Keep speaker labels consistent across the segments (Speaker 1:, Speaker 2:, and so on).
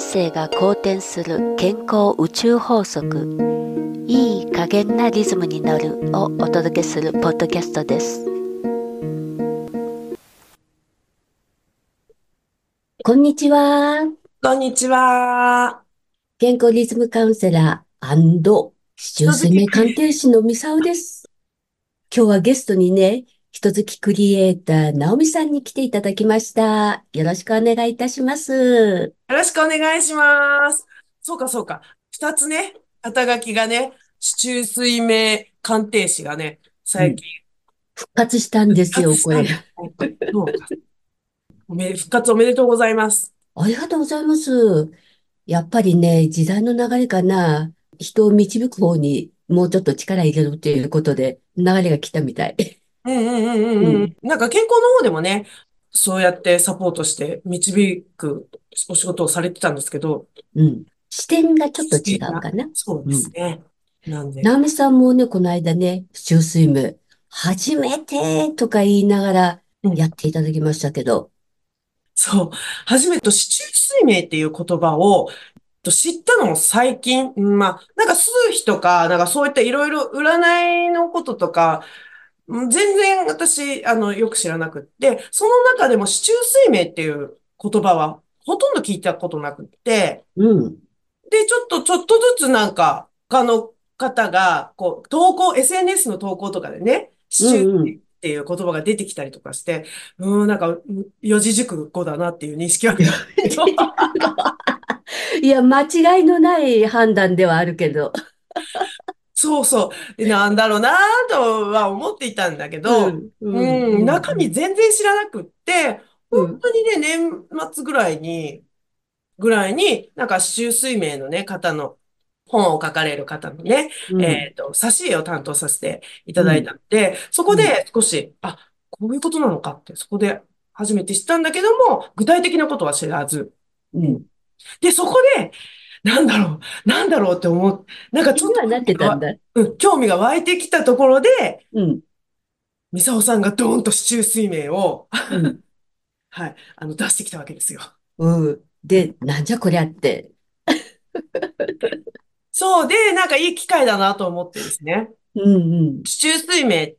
Speaker 1: 生が好転する健康宇宙法則いい加減なリズムに乗るをお届けするポッドキャストですこんにちは
Speaker 2: こんにちは。
Speaker 1: 健康リズムカウンセラー市中生命鑑定士のミサオです今日はゲストにね人好きクリエイター、ナオミさんに来ていただきました。よろしくお願いいたします。
Speaker 2: よろしくお願いします。そうか、そうか。二つね、肩書きがね、市中水明鑑定士がね、最近、うん、
Speaker 1: 復活したんですよ、これ。
Speaker 2: そうか。おめ、復活おめでとうございます。
Speaker 1: ありがとうございます。やっぱりね、時代の流れかな、人を導く方にもうちょっと力入れろということで、流れが来たみたい。
Speaker 2: うんうんうんうん。うん、なんか健康の方でもね、そうやってサポートして導くお仕事をされてたんですけど。
Speaker 1: うん。視点がちょっと違うかな。
Speaker 2: そうですね。うん、なんで。
Speaker 1: ナオミさんもね、この間ね、中水無、初めてとか言いながらやっていただきましたけど。うん、
Speaker 2: そう。初めて、市中水明っていう言葉を、知ったのも最近、まあ、なんか数秘とか、なんかそういったいろいろ占いのこととか、全然私、あの、よく知らなくって、その中でも市中水明っていう言葉はほとんど聞いたことなくって、
Speaker 1: うん。
Speaker 2: で、ちょっと、ちょっとずつなんか、他の方が、こう、投稿、SNS の投稿とかでね、市中水明っていう言葉が出てきたりとかして、うん、うん、ん、なんか、四字熟語だなっていう認 識は。
Speaker 1: いや、間違いのない判断ではあるけど。
Speaker 2: そうそう。なんだろうなとは思っていたんだけど、うん、うんうん、中身全然知らなくって、うん、本当にね、年末ぐらいに、ぐらいに、なんか、周水明のね、方の、本を書かれる方のね、えっ、ー、と、挿絵を担当させていただいたので、そこで少し、あ、こういうことなのかって、そこで初めて知ったんだけども、具体的なことは知らず。
Speaker 1: うん。
Speaker 2: で、そこで、なんだろう、なんだろうって思う。なんかちょっと、
Speaker 1: なってたんだ。
Speaker 2: うん、興味が湧いてきたところで、
Speaker 1: うん。
Speaker 2: ミサオさんがドーンと市中水明を、
Speaker 1: うん、
Speaker 2: はい、あの、出してきたわけですよ。
Speaker 1: うん。で、なんじゃこりゃって。
Speaker 2: そう、で、なんかいい機会だなと思ってですね。
Speaker 1: うんうん。
Speaker 2: 市中水明っ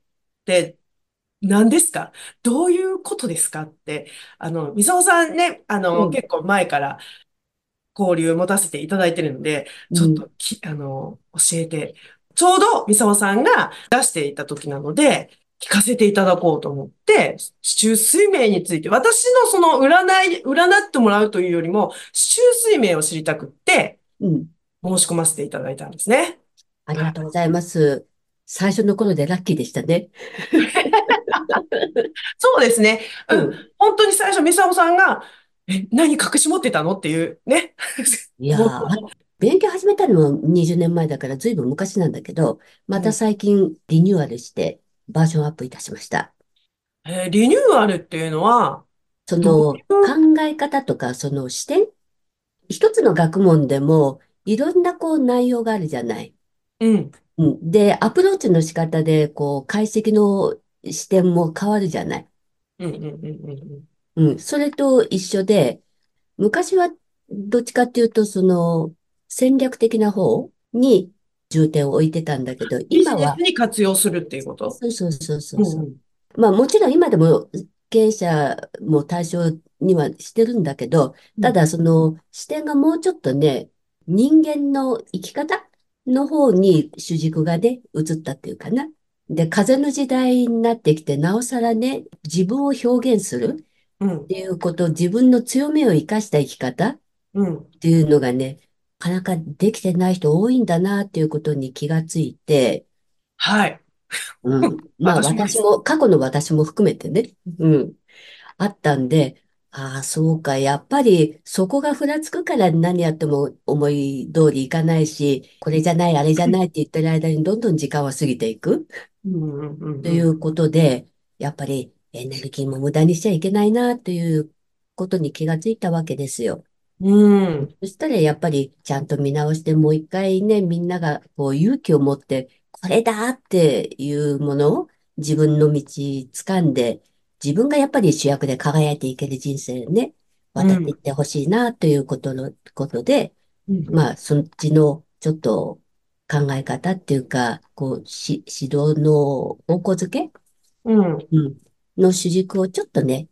Speaker 2: て、何ですかどういうことですかって、あの、ミサオさんね、あの、うん、結構前から交流を持たせていただいてるので、ちょっとき、うん、あの、教えて。ちょうど、ミサオさんが出していた時なので、聞かせていただこうと思って、市中水明について、私のその占い、占ってもらうというよりも、市中水明を知りたくって、
Speaker 1: うん、
Speaker 2: 申し込ませていただいたんですね。
Speaker 1: ありがとうございます。最初の頃でラッキーでしたね。
Speaker 2: そうですね。うん。うん、本当に最初、ミサオさんが、え、何隠し持ってたのっていうね。
Speaker 1: いやー、勉強始めたのも20年前だから随分昔なんだけど、また最近リニューアルしてバージョンアップいたしました。
Speaker 2: えー、リニューアルっていうのは
Speaker 1: その考え方とかその視点一つの学問でもいろんなこう内容があるじゃない。
Speaker 2: うん。
Speaker 1: うん、で、アプローチの仕方でこう解析の視点も変わるじゃない。
Speaker 2: うんうんうんうん。
Speaker 1: うん、それと一緒で、昔はどっちかっていうと、その戦略的な方に重点を置いてたんだけど、
Speaker 2: 今は。に活用するっていうこと
Speaker 1: そうそうそうそう、うん、まあもちろん今でも経営者も対象にはしてるんだけど、ただその視点がもうちょっとね、人間の生き方の方に主軸がね、移ったっていうかな。で、風の時代になってきて、なおさらね、自分を表現する。
Speaker 2: うん、って
Speaker 1: いうこと、自分の強みを生かした生き方っていうのがね、うん、なかなかできてない人多いんだなっていうことに気がついて、
Speaker 2: はい。
Speaker 1: うん。まあ私も、過去の私も含めてね、うん。あったんで、ああ、そうか、やっぱりそこがふらつくから何やっても思い通りいかないし、これじゃない、あれじゃないって言ってる間にどんどん時間は過ぎていく。ということで、やっぱりエネルギーも無駄にしちゃいけないな、ということに気がついたわけですよ。
Speaker 2: うん。
Speaker 1: そしたらやっぱりちゃんと見直してもう一回ね、みんながこう勇気を持って、これだっていうものを自分の道掴んで、自分がやっぱり主役で輝いていける人生ね、渡っていってほしいな、ということの、ことで、まあ、そっちの、ちょっと、考え方っていうか、こう、し、指導の方向づけ
Speaker 2: うん。
Speaker 1: うん。の主軸をちょっとね、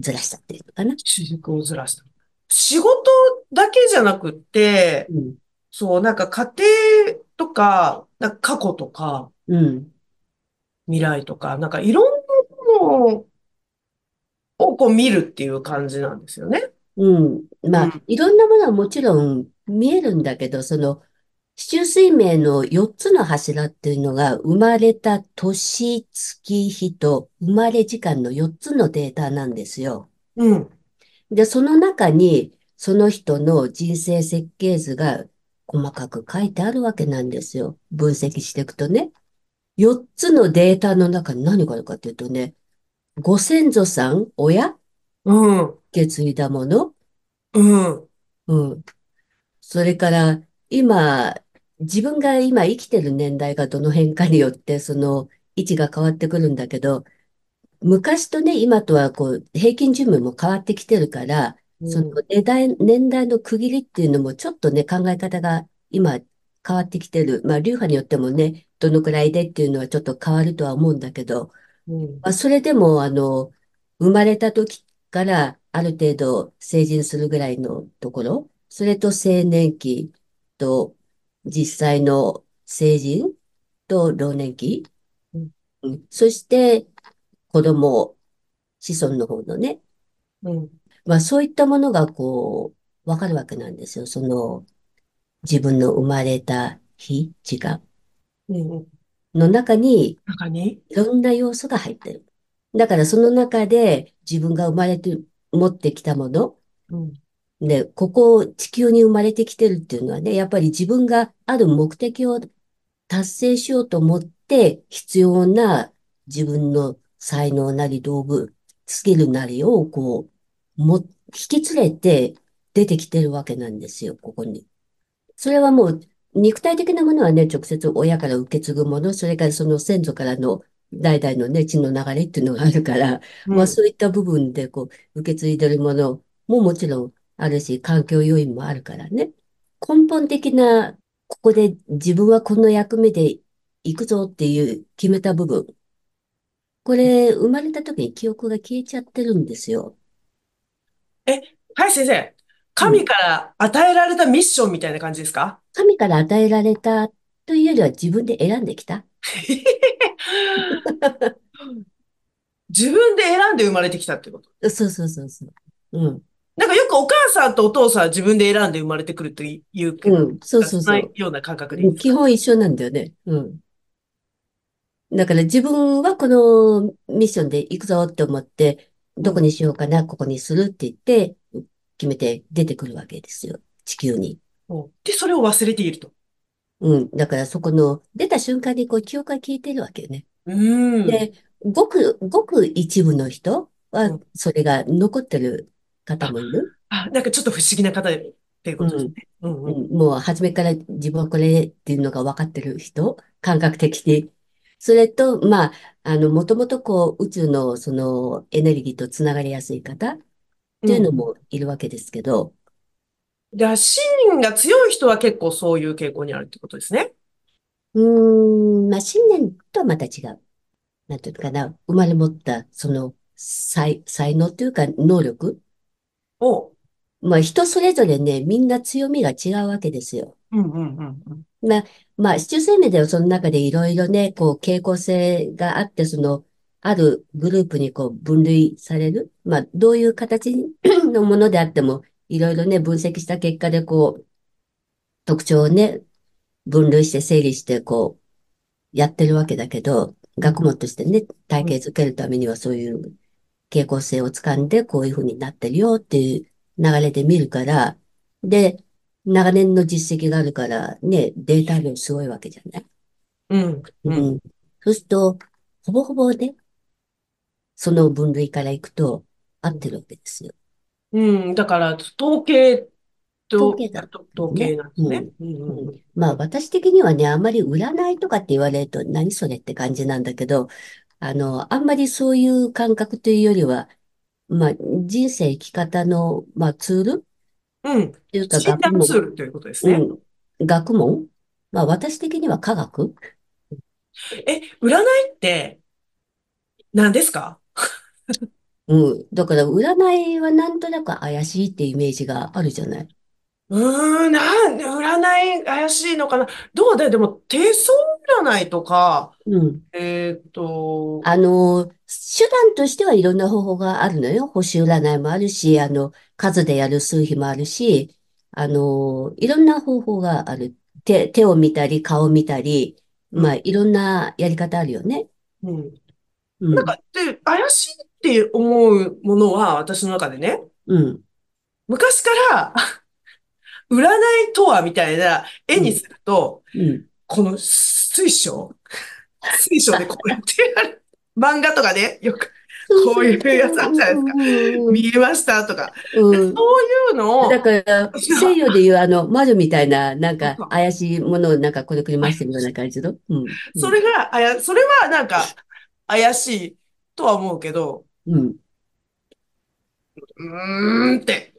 Speaker 1: ずらしたっていうのかな。
Speaker 2: 主軸をずらした。仕事だけじゃなくって、
Speaker 1: うん。
Speaker 2: そう、なんか家庭とか、なんか過去とか、
Speaker 1: うん。
Speaker 2: 未来とか、なんかいろんなものをこう見るっていう感じなんですよね。
Speaker 1: うん。ま
Speaker 2: う
Speaker 1: あ、
Speaker 2: ん。
Speaker 1: いろんなものはもちろん見えるんだけど、その、市中水明の4つの柱っていうのが、生まれた年、月、日と、生まれ時間の4つのデータなんですよ。
Speaker 2: うん。
Speaker 1: で、その中に、その人の人生設計図が細かく書いてあるわけなんですよ。分析していくとね。4つのデータの中に何があるかっていうとね、ご先祖さん、親、
Speaker 2: うん。
Speaker 1: 受け継いだもの、
Speaker 2: うん。
Speaker 1: うん。それから、今、自分が今生きてる年代がどの辺かによって、その位置が変わってくるんだけど、昔とね、今とはこう、平均寿命も変わってきてるから、その
Speaker 2: うん。
Speaker 1: 年代、年代の区切りっていうのもちょっとね、考え方が今変わってきてる。まあ、流派によってもね、どのくらいでっていうのはちょっと変わるとは思うんだけど、
Speaker 2: うん
Speaker 1: まあ、それでも、あの、生まれた時からある程度成人するぐらいのところ、それと青年期と実際の成人と老年期、
Speaker 2: うん
Speaker 1: うんそして子供、子孫の方のね、
Speaker 2: うん
Speaker 1: まあそういったものがこう、わかるわけなんですよ。その自分の生まれた日、時間
Speaker 2: うん
Speaker 1: の中に、
Speaker 2: 中に
Speaker 1: いろんな要素が入ってる。だからその中で自分が生まれて、持ってきたもの、
Speaker 2: うん
Speaker 1: で、ここ地球に生まれてきてるっていうのはね、やっぱり自分がある目的を達成しようと思って必要な自分の才能なり道具、スキルなりをこう、も、引き連れて出てきてるわけなんですよ、ここに。それはもう、肉体的なものはね、直接親から受け継ぐもの、それからその先祖からの代々のね、血の流れっていうのがあるから、
Speaker 2: う
Speaker 1: まあ
Speaker 2: ん
Speaker 1: そういった部分でこう、受け継いでるものももちろんあるし、環境要因もあるからね。根本的な、ここで自分はこの役目で行くぞっていう決めた部分。これ、生まれた時に記憶が消えちゃってるんですよ。
Speaker 2: え、はい先生。
Speaker 1: う
Speaker 2: 神
Speaker 1: ん。
Speaker 2: から与えられたミッションみたいな感じですか
Speaker 1: 神から与えられたというよりは自分で選んできた。
Speaker 2: 自分で選んで生まれてきたってこと。
Speaker 1: そうそうそうそう。うん。
Speaker 2: なんかよくお母さんとお父さんは自分で選んで生まれてくるというけど、
Speaker 1: うん、そう
Speaker 2: なんか
Speaker 1: そう
Speaker 2: そんな
Speaker 1: そ
Speaker 2: ような感覚
Speaker 1: う。
Speaker 2: でいい
Speaker 1: も
Speaker 2: ん
Speaker 1: う
Speaker 2: です
Speaker 1: 基
Speaker 2: か
Speaker 1: 本一緒なんだよね。うん。だから自分はこのミッションで行くぞって思って、
Speaker 2: う
Speaker 1: どこ
Speaker 2: ん。
Speaker 1: にしようかな、ここにするって言って、決めて出てくるわけですよ。地球に。
Speaker 2: うんで、それを忘れていると。
Speaker 1: うん。だからそこの出た瞬間にこう記憶が消えてるわけよね。
Speaker 2: うん。
Speaker 1: で、ごく、ごく一部の人
Speaker 2: う
Speaker 1: は
Speaker 2: ん
Speaker 1: それが残ってる方
Speaker 2: あ、
Speaker 1: もいる。
Speaker 2: あ、なんかちょっと不思議な方っていうことで
Speaker 1: う
Speaker 2: す
Speaker 1: ん。
Speaker 2: ね。うん
Speaker 1: う
Speaker 2: うん。
Speaker 1: んもう初めから自分はこれっていうのが分かってる人、感覚的に。それと、まあ、あの、もともとこう、宇宙のそのエネルギーとつながりやすい方って
Speaker 2: う
Speaker 1: いうの
Speaker 2: ん。
Speaker 1: もいるわけですけど、
Speaker 2: じゃあ、芯が強い人は結構そういう傾向にあるってことですね。
Speaker 1: うーん、まあ、信念とはまた違う。なんていうのかな、生まれ持った、その、才、才能というか、能力。
Speaker 2: おう。
Speaker 1: まあ、人それぞれね、みんな強みが違うわけですよ。
Speaker 2: うんうんうんうん。
Speaker 1: まあ、まあ、市中生命ではその中でいろいろね、こう、傾向性があって、その、あるグループにこう、分類される。まあ、どういう形のものであっても、いろいろね、分析した結果で、こう、特徴をね、分類して整理して、こう、やってるわけだけど、学問としてね、体系づけるためにはそういう傾向性を掴んで、こういうふうになってるよっていう流れで見るから、で、長年の実績があるから、ね、データ量すごいわけじゃない。
Speaker 2: うんうん。
Speaker 1: うん。そうすると、ほぼほぼね、その分類からいくと合
Speaker 2: う
Speaker 1: っ
Speaker 2: ん
Speaker 1: てるわけですよ。
Speaker 2: うん、だから、統計
Speaker 1: 統
Speaker 2: と、
Speaker 1: 計学
Speaker 2: 統
Speaker 1: ね。
Speaker 2: 計なんです
Speaker 1: う
Speaker 2: ね。
Speaker 1: ん。
Speaker 2: うんう
Speaker 1: うんん。
Speaker 2: うん。
Speaker 1: まあ私的にはね、あんまり占いとかって言われると何それって感じなんだけど、あの、あんまりそういう感覚というよりは、まあ、人生生き方の、まあ、ツールっ
Speaker 2: うん。
Speaker 1: ていうか
Speaker 2: 診
Speaker 1: 学
Speaker 2: 断ツー
Speaker 1: 問、
Speaker 2: ルということですね。
Speaker 1: うん、学問まあ、私的には科学
Speaker 2: え、占いって何ですか
Speaker 1: うん。だから、占いはなんとなく怪しいってイメージがあるじゃない。
Speaker 2: うーん、なんで占い怪しいのかなどうだよでも、手相占いとか、
Speaker 1: うん。
Speaker 2: えーっと、
Speaker 1: あの、手段としてはいろんな方法があるのよ。星占いもあるし、あの、数でやる数比もあるし、あの、いろんな方法がある。手、手を見たり、顔を見たり、
Speaker 2: う
Speaker 1: まあ、
Speaker 2: ん、
Speaker 1: いろんなやり方あるよね。
Speaker 2: うん。
Speaker 1: う
Speaker 2: なん
Speaker 1: ん、
Speaker 2: か、で、怪しいって思うものは、私の中でね、
Speaker 1: うん、
Speaker 2: 昔から、 占いとはみたいな絵
Speaker 1: う
Speaker 2: に
Speaker 1: ん、
Speaker 2: すると、
Speaker 1: うん。
Speaker 2: この水晶、水晶でこうやってやる。 漫画とかね、よく、
Speaker 1: そう
Speaker 2: こ
Speaker 1: そうう、
Speaker 2: いうやつあるじゃないですか。
Speaker 1: うん、うん、
Speaker 2: 見えましたとか。
Speaker 1: う
Speaker 2: で、
Speaker 1: ん。う
Speaker 2: そ
Speaker 1: ん
Speaker 2: ういうの
Speaker 1: だ
Speaker 2: を、
Speaker 1: から、
Speaker 2: 私
Speaker 1: 西
Speaker 2: は、
Speaker 1: 洋でいうあの、魔女みたいな、なん
Speaker 2: そう
Speaker 1: か
Speaker 2: そう
Speaker 1: 怪しいものをなんかこねくり
Speaker 2: あ
Speaker 1: 回してるような感じの。うん、う
Speaker 2: そ
Speaker 1: ん、
Speaker 2: れが、あや、それはなんか、怪しいとは思うけど、
Speaker 1: うん。
Speaker 2: うーんって、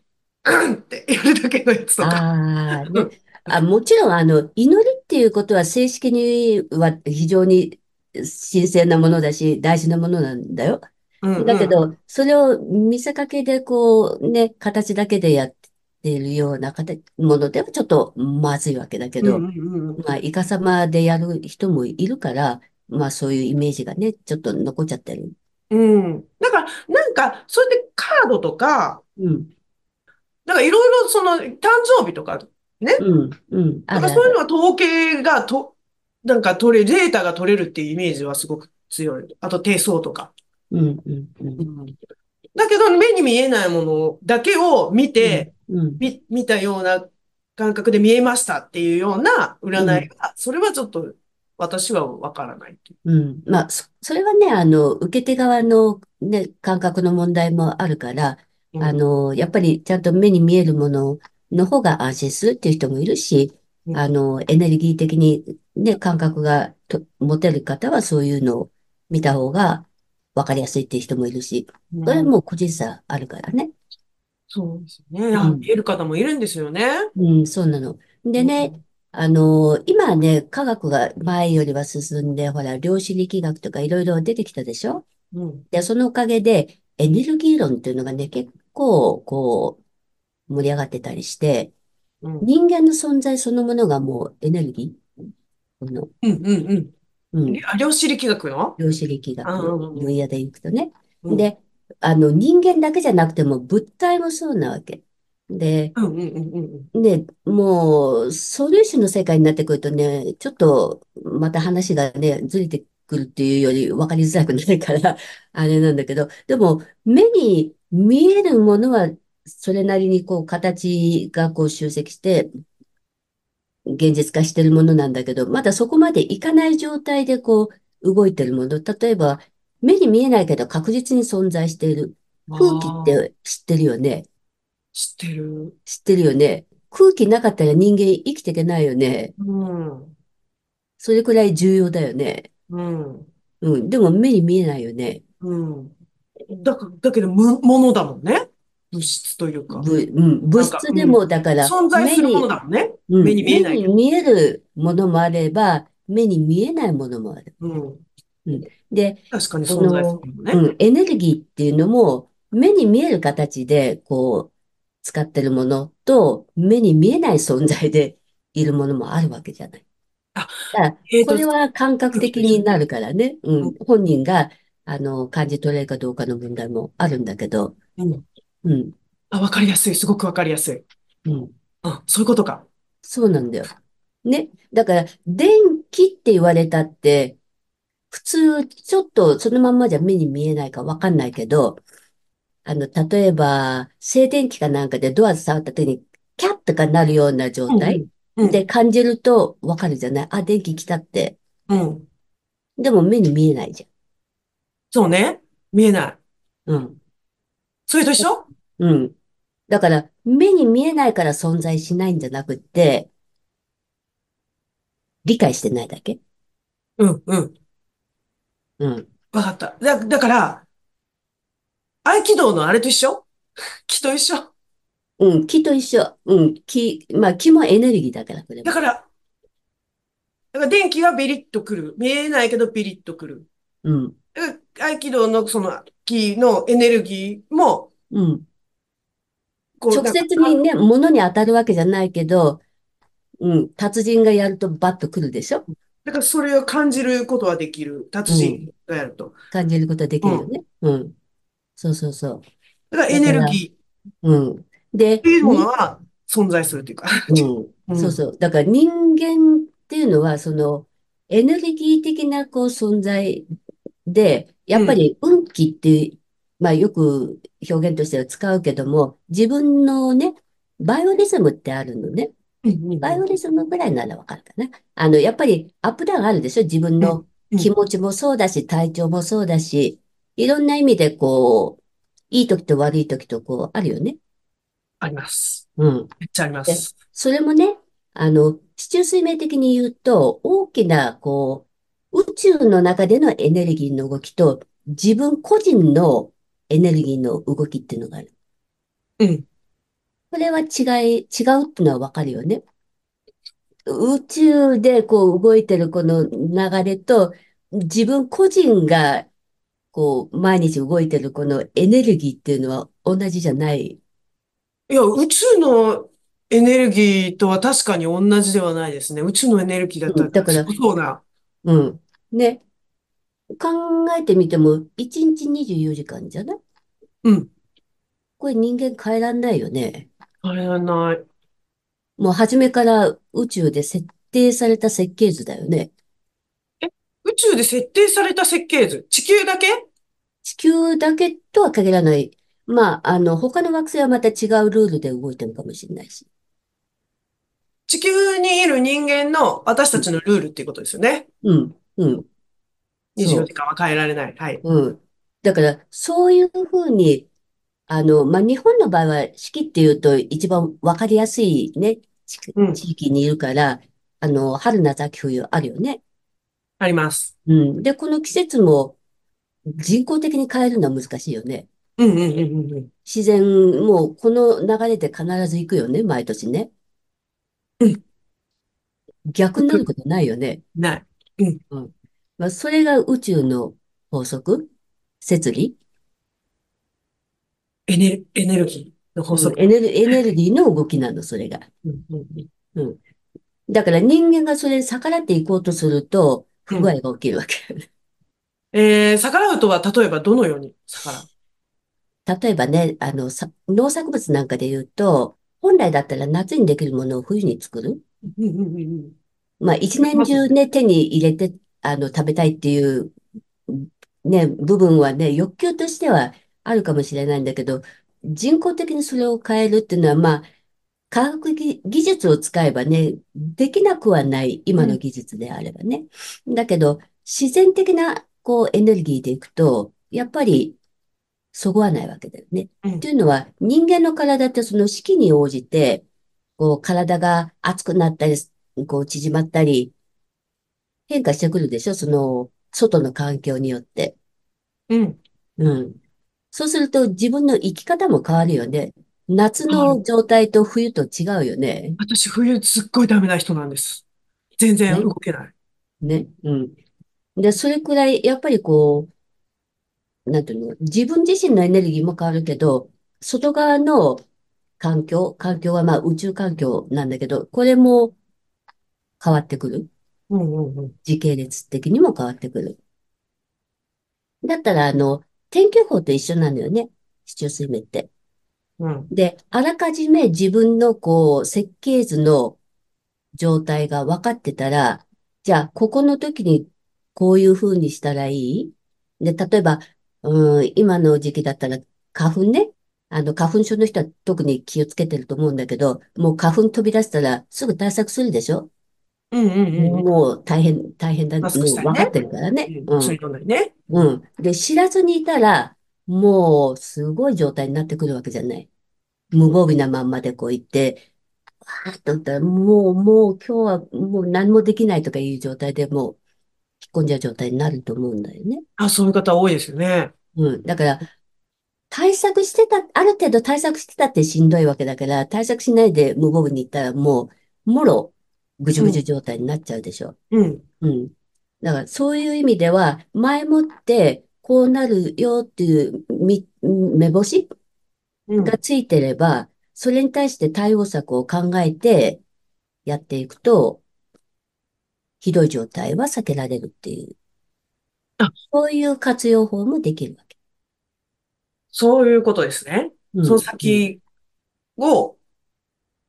Speaker 2: うんってやるだけのやつとか。
Speaker 1: ああ、
Speaker 2: う
Speaker 1: ね。
Speaker 2: ん
Speaker 1: あ、もちろん、あの、祈りっていうことは正式には非常に神聖なものだし、大事なものなんだよ。
Speaker 2: うん
Speaker 1: だ
Speaker 2: う
Speaker 1: け
Speaker 2: ん。
Speaker 1: ど、それを見せかけで、こう、ね、形だけでやってるような形、ものではちょっとまずいわけだけ
Speaker 2: うん
Speaker 1: ど、
Speaker 2: うんうん。
Speaker 1: まあ、イカサマでやる人もいるから、まあ、そういうイメージがね、ちょっと残っちゃってる。
Speaker 2: うん。だから、なんか、それでカードとか、
Speaker 1: うん、
Speaker 2: なんかいろいろその、誕生日とか、ね。
Speaker 1: うん、うん、
Speaker 2: な
Speaker 1: あ
Speaker 2: んか
Speaker 1: るあ
Speaker 2: そういうの
Speaker 1: る。
Speaker 2: は統計がと、なんか取れ、データが取れるっていうイメージはすごく強い。あと低層とか。
Speaker 1: うん、うん、う、
Speaker 2: うんんだけど、目に見えないものだけを見
Speaker 1: うん、
Speaker 2: て、
Speaker 1: うん、
Speaker 2: み、見たような感覚で見えましたっていうような
Speaker 1: う
Speaker 2: 占い
Speaker 1: ん。
Speaker 2: が、それはちょっと私はわからないという。
Speaker 1: うん。まあ、そ、それはね、あの、受け手側のね、感覚の問題もあるから、
Speaker 2: う
Speaker 1: あ
Speaker 2: ん、
Speaker 1: の、やっぱりちゃんと目に見えるものの方が安心するっていう人もいるし、
Speaker 2: う
Speaker 1: あ
Speaker 2: ん、
Speaker 1: の、エネルギー的にね、感覚がと持てる方はそういうのを見た方が分かりやすいっていう人もいるし、
Speaker 2: う
Speaker 1: それは
Speaker 2: ん。
Speaker 1: もう個人差あるからね。
Speaker 2: そうですね。
Speaker 1: う
Speaker 2: あ、見
Speaker 1: ん。
Speaker 2: える方もいるんですよね。
Speaker 1: うん、そうなの。で
Speaker 2: うん、
Speaker 1: ね、あの、今ね、科学が前よりは進んで、ほら、量子力学とかいろいろ出てきたでしょ
Speaker 2: うん、
Speaker 1: で、そのおかげで、エネルギー論っていうのがね、結構、こう、盛り上がってたりして、
Speaker 2: うん、
Speaker 1: 人間の存在そのものがもうエネルギーこの、
Speaker 2: うん、うん。うん
Speaker 1: う
Speaker 2: り
Speaker 1: ん、
Speaker 2: あ量子力学の
Speaker 1: 量子力
Speaker 2: あ、
Speaker 1: 学
Speaker 2: う
Speaker 1: の
Speaker 2: ん、うん、
Speaker 1: 分野でいくとね。
Speaker 2: うん、
Speaker 1: で、あの、人間だけじゃなくても物体もそうなわけ。で、
Speaker 2: うん、うん、うん、うん。
Speaker 1: ね、もう、素粒子の世界になってくるとね、ちょっと、また話がね、ずれてくるっていうより分かりづらくなるから あれなんだけど、でも、目に見えるものは、それなりにこう、形がこう集積して、現実化してるものなんだけど、まだそこまでいかない状態でこう、動いてるもの。例えば、目に見えないけど確実に存在している。空気っ
Speaker 2: ああ、
Speaker 1: て知ってるよね。
Speaker 2: 知ってる。
Speaker 1: 知ってるよね。空気なかったら人間生きていけないよね。
Speaker 2: うん、
Speaker 1: それくらい重要だよね。
Speaker 2: うん、
Speaker 1: うん。でも目に見えないよね。
Speaker 2: うん。だか、だけど、む、ものだもんね。物質というか。
Speaker 1: ぶ、うん、物
Speaker 2: なんか、
Speaker 1: 質
Speaker 2: う
Speaker 1: で
Speaker 2: ん。
Speaker 1: も、だから、
Speaker 2: 存在
Speaker 1: 目
Speaker 2: するもの
Speaker 1: に、
Speaker 2: だもんね。
Speaker 1: う
Speaker 2: 目
Speaker 1: ん、
Speaker 2: に見え
Speaker 1: 目
Speaker 2: ない
Speaker 1: に
Speaker 2: けど。
Speaker 1: 見えるものもあれば、目に見えないものもある。
Speaker 2: うん。
Speaker 1: うん。で、
Speaker 2: 確かに
Speaker 1: こ
Speaker 2: 存在す
Speaker 1: の、
Speaker 2: るもんね。
Speaker 1: うん、エネルギーっていうのも、目に見える形で、こう、使ってるものと、目に見えない存在でいるものもあるわけじゃない。
Speaker 2: あ、
Speaker 1: だから、
Speaker 2: えっ、
Speaker 1: ことれは感覚
Speaker 2: 空気と
Speaker 1: 的
Speaker 2: 一緒
Speaker 1: に
Speaker 2: だ
Speaker 1: な
Speaker 2: ね。
Speaker 1: るからね、う、
Speaker 2: うんん。
Speaker 1: 本人が、あの、感じ取れるかどうかの問題もあるんだけど、
Speaker 2: うん
Speaker 1: うん、
Speaker 2: あ、わかりやすい。すごくわかりやすい。
Speaker 1: うん、
Speaker 2: あ、そういうことか。
Speaker 1: そうなんだよ。ね。だから、電気って言われたって、普通、ちょっとそのまんまじゃ目に見えないかわかんないけど、あの、例えば、静電気かなんかでドア触った時に、キャッとかなるような状
Speaker 2: うんう
Speaker 1: 態
Speaker 2: ん。う
Speaker 1: で
Speaker 2: ん。
Speaker 1: 感じるとわかるじゃないあ、電気来たって。
Speaker 2: うん。
Speaker 1: でも目に見えないじ
Speaker 2: そうね。見えない。
Speaker 1: ゃん。うん。
Speaker 2: それと一緒
Speaker 1: うん。だから、目に見えないから存在しないんじゃなくって、理解してないだけ。
Speaker 2: うん、うん。
Speaker 1: うん。
Speaker 2: わかった。だ、だから、合気道のあれと一緒 気と一緒
Speaker 1: うん、気と一緒。うん、気、まあ気もエネルギーだから、これ
Speaker 2: だ
Speaker 1: も。
Speaker 2: から、だから電気がビリッとくる。見えないけどビリッとくる。
Speaker 1: うん、
Speaker 2: だから合気道のその気のエネルギーも、
Speaker 1: うん。
Speaker 2: こう、
Speaker 1: 直
Speaker 2: だか
Speaker 1: 接にね、
Speaker 2: ら、
Speaker 1: 物に当たるわけじゃないけど、うん、達人がやるとバッと来るでしょ
Speaker 2: だからそれを感じることはできる。達
Speaker 1: う
Speaker 2: 人
Speaker 1: ん。
Speaker 2: がやると。
Speaker 1: 感じることはで
Speaker 2: う
Speaker 1: きるよ
Speaker 2: ん。
Speaker 1: ね。うん。そうそうそう。
Speaker 2: だからエ
Speaker 1: だ
Speaker 2: ネ
Speaker 1: か
Speaker 2: ル
Speaker 1: ら、
Speaker 2: ギーっ
Speaker 1: うん。で、
Speaker 2: ていうもの
Speaker 1: に、
Speaker 2: は存在するというか。
Speaker 1: うん。
Speaker 2: う。
Speaker 1: そうんそう。だから人間っていうのは、その、エネルギー的なこう存在で、や
Speaker 2: う
Speaker 1: っぱ
Speaker 2: ん。
Speaker 1: り運気って、まあよく表現としては使うけども、自分のね、バイオリズムってあるのね。
Speaker 2: うん。う
Speaker 1: バイオ
Speaker 2: ん。
Speaker 1: リズムぐらいならわかるかな。あの、やっぱりアップダウンあるでしょ自分
Speaker 2: う
Speaker 1: の
Speaker 2: ん。う
Speaker 1: 気
Speaker 2: ん。
Speaker 1: 持ちもそうだし、体調もそうだし、いろんな意味でこう、いい時と悪い時とこう、あるよね。
Speaker 2: あります。
Speaker 1: うん。
Speaker 2: めっちゃありま
Speaker 1: で、
Speaker 2: す。
Speaker 1: それもね、あの、地中水面的に言うと、大きな、こう、宇宙の中でのエネルギーの動きと、自分個人のエネルギーの動きっていうのがある。
Speaker 2: うん。
Speaker 1: これは違い、違うっていうのはわかるよね。宇宙でこう動いてるこの流れと、自分個人がこう毎日動いてるこのエネルギーっていうのは同じじゃない。
Speaker 2: いや、宇宙のエネルギーとは確かに同じではないですね。宇宙のエネルギーだっ
Speaker 1: う
Speaker 2: た
Speaker 1: ん、
Speaker 2: ら
Speaker 1: だか
Speaker 2: す
Speaker 1: ら、
Speaker 2: ごそうな。
Speaker 1: うん。ね、考えてみても、1日24時間じゃない
Speaker 2: うん。
Speaker 1: これ人間変えらんないよね。
Speaker 2: あれはない。
Speaker 1: もう初めから宇宙で設定された設計図だよね。
Speaker 2: え、宇宙で設定された設計図。地球だけ
Speaker 1: 地球だけとは限らない。まあ、あの、他の惑星はまた違うルールで動いてるかもしれないし。
Speaker 2: 地球にいる人間の私
Speaker 1: う
Speaker 2: たち
Speaker 1: ん、
Speaker 2: のルールっていうことですよね。
Speaker 1: うん、うん、
Speaker 2: 24時
Speaker 1: そ
Speaker 2: 間は変えられない。はい。
Speaker 1: う、うん。だから、そういうふうに、あの、まあ、日本の場合は四季っていうと一番わかりやすいね、地区、
Speaker 2: うん。
Speaker 1: 地域にいるから、あの、春夏秋冬あるよね。
Speaker 2: あります。
Speaker 1: うん。で、この季節も人工的に変えるのは難しいよね。
Speaker 2: うんうんうんうんうん。
Speaker 1: 自然、もうこの流れで必ず行くよね、毎年ね。
Speaker 2: うん
Speaker 1: 逆になることないよね。
Speaker 2: ない。うん。
Speaker 1: うん。まあ、それが宇宙の法則、摂理、
Speaker 2: エネル、エネルギーの法
Speaker 1: うん、
Speaker 2: 則。
Speaker 1: エネル、エネルギーの動きなの、それが。
Speaker 2: うんうんうん。
Speaker 1: うん。だから人間がそれに逆らっていこうとすると、
Speaker 2: う
Speaker 1: 不具
Speaker 2: ん。
Speaker 1: 合が起きるわけ。
Speaker 2: えー、逆らうとは、例えばどのように逆らう
Speaker 1: 例えばね、あの、さ農作物なんかで言うと、本来だったら夏にできるものを冬に作る。
Speaker 2: うんうんうんうん。
Speaker 1: まあ、一
Speaker 2: 作れ
Speaker 1: 年
Speaker 2: ますよ
Speaker 1: 中
Speaker 2: ね。
Speaker 1: ね、手に入れて、あの、食べたいっていう、ね、部分はね、欲求としてはあるかもしれないんだけど、人工的にそれを変えるっていうのは、まあ、科学技、技術を使えばね、できなくはない、
Speaker 2: う
Speaker 1: 今の
Speaker 2: ん。
Speaker 1: 技術であればね。だけど、自然的な、こう、エネルギーでいくと、やっぱり、そぐわないわけだよね。
Speaker 2: う
Speaker 1: と
Speaker 2: ん。
Speaker 1: いうのは、人間の体ってその四季に応じて、こう、体が熱くなったり、こう、縮まったり、変化してくるでしょその、外の環境によって。
Speaker 2: うん。
Speaker 1: うん。そうすると、自分の生き方も変わるよね。夏
Speaker 2: 変わる。
Speaker 1: の状態と冬と違うよね。
Speaker 2: 私、冬すっごいダメな人なんです。全然
Speaker 1: ね。
Speaker 2: 動けない。
Speaker 1: ね。うん。で、それくらい、やっぱりこう、なんていうの、自分自身のエネルギーも変わるけど、外側の環境、環境はまあ宇宙環境なんだけど、これも変わってくる。
Speaker 2: うんうんうん。
Speaker 1: 時系列的にも変わってくる。だったら、あの、天気予報と一緒なのよね。市中水面って。
Speaker 2: うん。
Speaker 1: で、あらかじめ自分のこう、設計図の状態が分かってたら、じゃあ、ここの時にこういう風にしたらいいで、例えば、うん、今の時期だったら花粉ね。あの、花粉症の人は特に気をつけてると思うんだけど、もう花粉飛び出したらすぐ対策するでしょ
Speaker 2: うんうんうんうん。
Speaker 1: もう大変、大変だ。
Speaker 2: マスクし
Speaker 1: もう
Speaker 2: た
Speaker 1: 分か
Speaker 2: りね。
Speaker 1: ってるから
Speaker 2: う
Speaker 1: ね。
Speaker 2: ん。
Speaker 1: う
Speaker 2: 薬
Speaker 1: ん。
Speaker 2: 飲んだりね。う。
Speaker 1: うんん。で、知らずにいたら、もうすごい状態になってくるわけじゃない。無防備なまんまでこう行って、わーっと言ったら、もう、もう今日はもう何もできないとかいう状態でもう引っ込んじゃう状態になると思うんだよね。
Speaker 2: あ、そういう方多いですよね。
Speaker 1: うん。だから、対策してた、ある程度対策してたってしんどいわけだから、対策しないで無防備に行ったらもう、もろ、ぐじゅぐじゅ状態になっちゃうでしょ。
Speaker 2: うん。
Speaker 1: うん。だからそういう意味では、前もってこうなるよっていうみ目星
Speaker 2: う
Speaker 1: が
Speaker 2: ん。
Speaker 1: ついてれば、それに対して対応策を考えてやっていくと、ひどい状態は避けられるっていう、
Speaker 2: あ、
Speaker 1: そういう活用法もできるわけ。
Speaker 2: そういうことですね。
Speaker 1: う
Speaker 2: その
Speaker 1: ん、うん、
Speaker 2: 先を、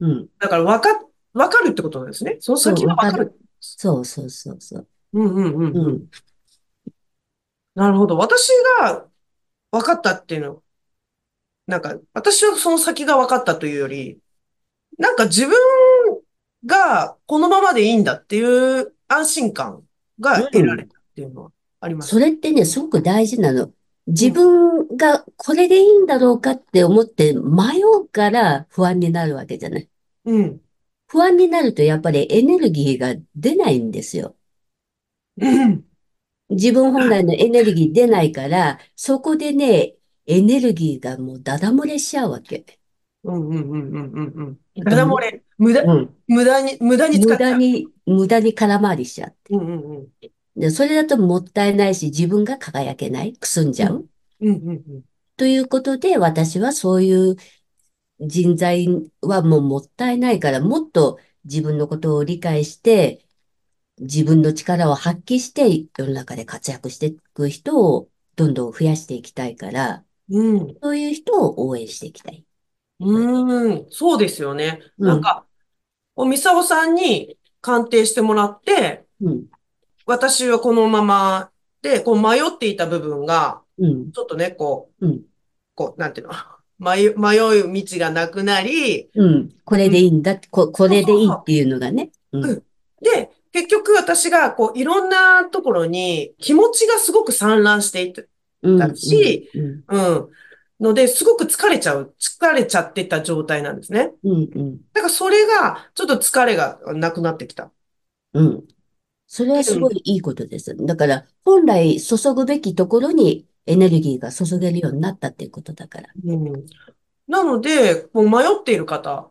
Speaker 1: うん。
Speaker 2: だから分か、分かるってことですね。その
Speaker 1: そう、
Speaker 2: 先が
Speaker 1: わ
Speaker 2: 分
Speaker 1: か
Speaker 2: かるっ
Speaker 1: る。
Speaker 2: てことです。
Speaker 1: そうそうそうそう。
Speaker 2: うんうんうん
Speaker 1: う
Speaker 2: うん。
Speaker 1: ん、
Speaker 2: なるほど。私が分かったっていうの、なんか、私はその先が分かったというより、なんか自分がこのままでいいんだっていう安心感が
Speaker 1: う
Speaker 2: 得ら
Speaker 1: ん。
Speaker 2: れたっていうのはありま
Speaker 1: そ
Speaker 2: す。
Speaker 1: れってね、すごく大事なの。
Speaker 2: う
Speaker 1: 自
Speaker 2: ん。
Speaker 1: 分がこれでいいんだろうかって思って迷うから不安になるわけじゃない。
Speaker 2: うん。
Speaker 1: 不安になるとやっぱりエネルギーが出ないんですよ。
Speaker 2: うん。
Speaker 1: 自分本
Speaker 2: は
Speaker 1: 来
Speaker 2: い。
Speaker 1: のエネルギー出ないから、そこでね、エネルギーがもうダダ漏れしちゃうわけ。
Speaker 2: うんうんうんうんうんうん。
Speaker 1: だ
Speaker 2: だ
Speaker 1: から
Speaker 2: だ漏
Speaker 1: む、
Speaker 2: れ。無駄、
Speaker 1: うん、
Speaker 2: 無駄に、無駄に使
Speaker 1: 無
Speaker 2: っち
Speaker 1: 駄
Speaker 2: ゃう。
Speaker 1: に、無駄に空回りしちゃって。
Speaker 2: うんうんうん。
Speaker 1: で、それだともったいないし、自分が輝けない、くすんじ
Speaker 2: う
Speaker 1: ゃ
Speaker 2: ん。
Speaker 1: う。
Speaker 2: うんうんうん。
Speaker 1: ということで、私はそういう人材はもうもったいないから、もっと自分のことを理解して、自分の力を発揮して、世の中で活躍していく人をどんどん増やしていきたいから、
Speaker 2: うん。
Speaker 1: そういう人を応援していきたい。
Speaker 2: うーん。そうですよね。
Speaker 1: う
Speaker 2: なん
Speaker 1: ん、
Speaker 2: か、おみさおさんに鑑定してもらって、
Speaker 1: うん、
Speaker 2: 私はこのままで、こう迷っていた部分が、
Speaker 1: うん、
Speaker 2: ちょっとね、こう、
Speaker 1: うん、
Speaker 2: こう、なんていうの、 迷、迷う道がなくなり、
Speaker 1: うん。これ
Speaker 2: う
Speaker 1: でい
Speaker 2: ん、
Speaker 1: いんだって、こ、こ
Speaker 2: そう
Speaker 1: れで
Speaker 2: そう
Speaker 1: いい
Speaker 2: そ
Speaker 1: っていうのがね。う、
Speaker 2: う。うんん。で、結局私が、こう、いろんなところに気持ちがすごく散乱していっ
Speaker 1: う
Speaker 2: た
Speaker 1: ん、うん、
Speaker 2: し、
Speaker 1: うん、
Speaker 2: うん。ので、すごく疲れちゃう、疲れちゃってた状態なんですね。
Speaker 1: うん、うん。
Speaker 2: だからそれが、ちょっと疲れがなくなってきた。
Speaker 1: うんそれ
Speaker 2: う
Speaker 1: はすご
Speaker 2: ん。
Speaker 1: いいいことです。だから、本来注ぐべきところにエネルギーが注げるようになったっていうことだから。
Speaker 2: うん。なので、こう迷っている方っ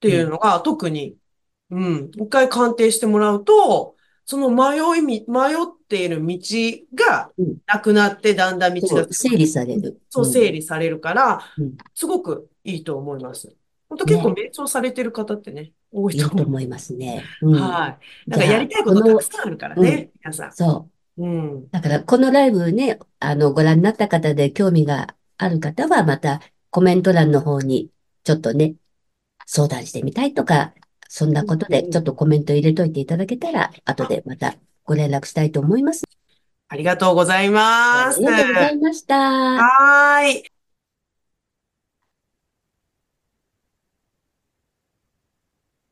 Speaker 2: て
Speaker 1: う、
Speaker 2: いうんのが特に、うん、一回鑑定してもらうと、その迷いみ、迷っている道が
Speaker 1: うん。
Speaker 2: なくなって、だんだん道
Speaker 1: そ
Speaker 2: が
Speaker 1: う、整理される。
Speaker 2: そうう整
Speaker 1: ん、
Speaker 2: 理されるから、
Speaker 1: うん。
Speaker 2: すごくいいと思います。本当結構
Speaker 1: ね。
Speaker 2: 瞑想されてる方ってね、多い
Speaker 1: い
Speaker 2: と
Speaker 1: いと
Speaker 2: 思う。
Speaker 1: 思いますね。うん。
Speaker 2: はい。なん
Speaker 1: じ
Speaker 2: かや
Speaker 1: ゃ
Speaker 2: り
Speaker 1: あ、
Speaker 2: たいこ
Speaker 1: こと
Speaker 2: たく
Speaker 1: の、
Speaker 2: さんあるから
Speaker 1: うん、
Speaker 2: ね、皆さ
Speaker 1: そう。
Speaker 2: ん。うん。
Speaker 1: だから、このライブね、あの、ご覧になった方で興味がある方は、またコメント欄の方に、ちょっとね、相談してみたいとか、そんな
Speaker 2: うん
Speaker 1: こと
Speaker 2: うん
Speaker 1: で、
Speaker 2: う
Speaker 1: ちょっ
Speaker 2: ん
Speaker 1: とコメント入れといていただけたら、後
Speaker 2: あ、
Speaker 1: でまたご連絡したいと思います。
Speaker 2: ありがとうござい
Speaker 1: あ
Speaker 2: ます。
Speaker 1: りがとうございました。
Speaker 2: はーい。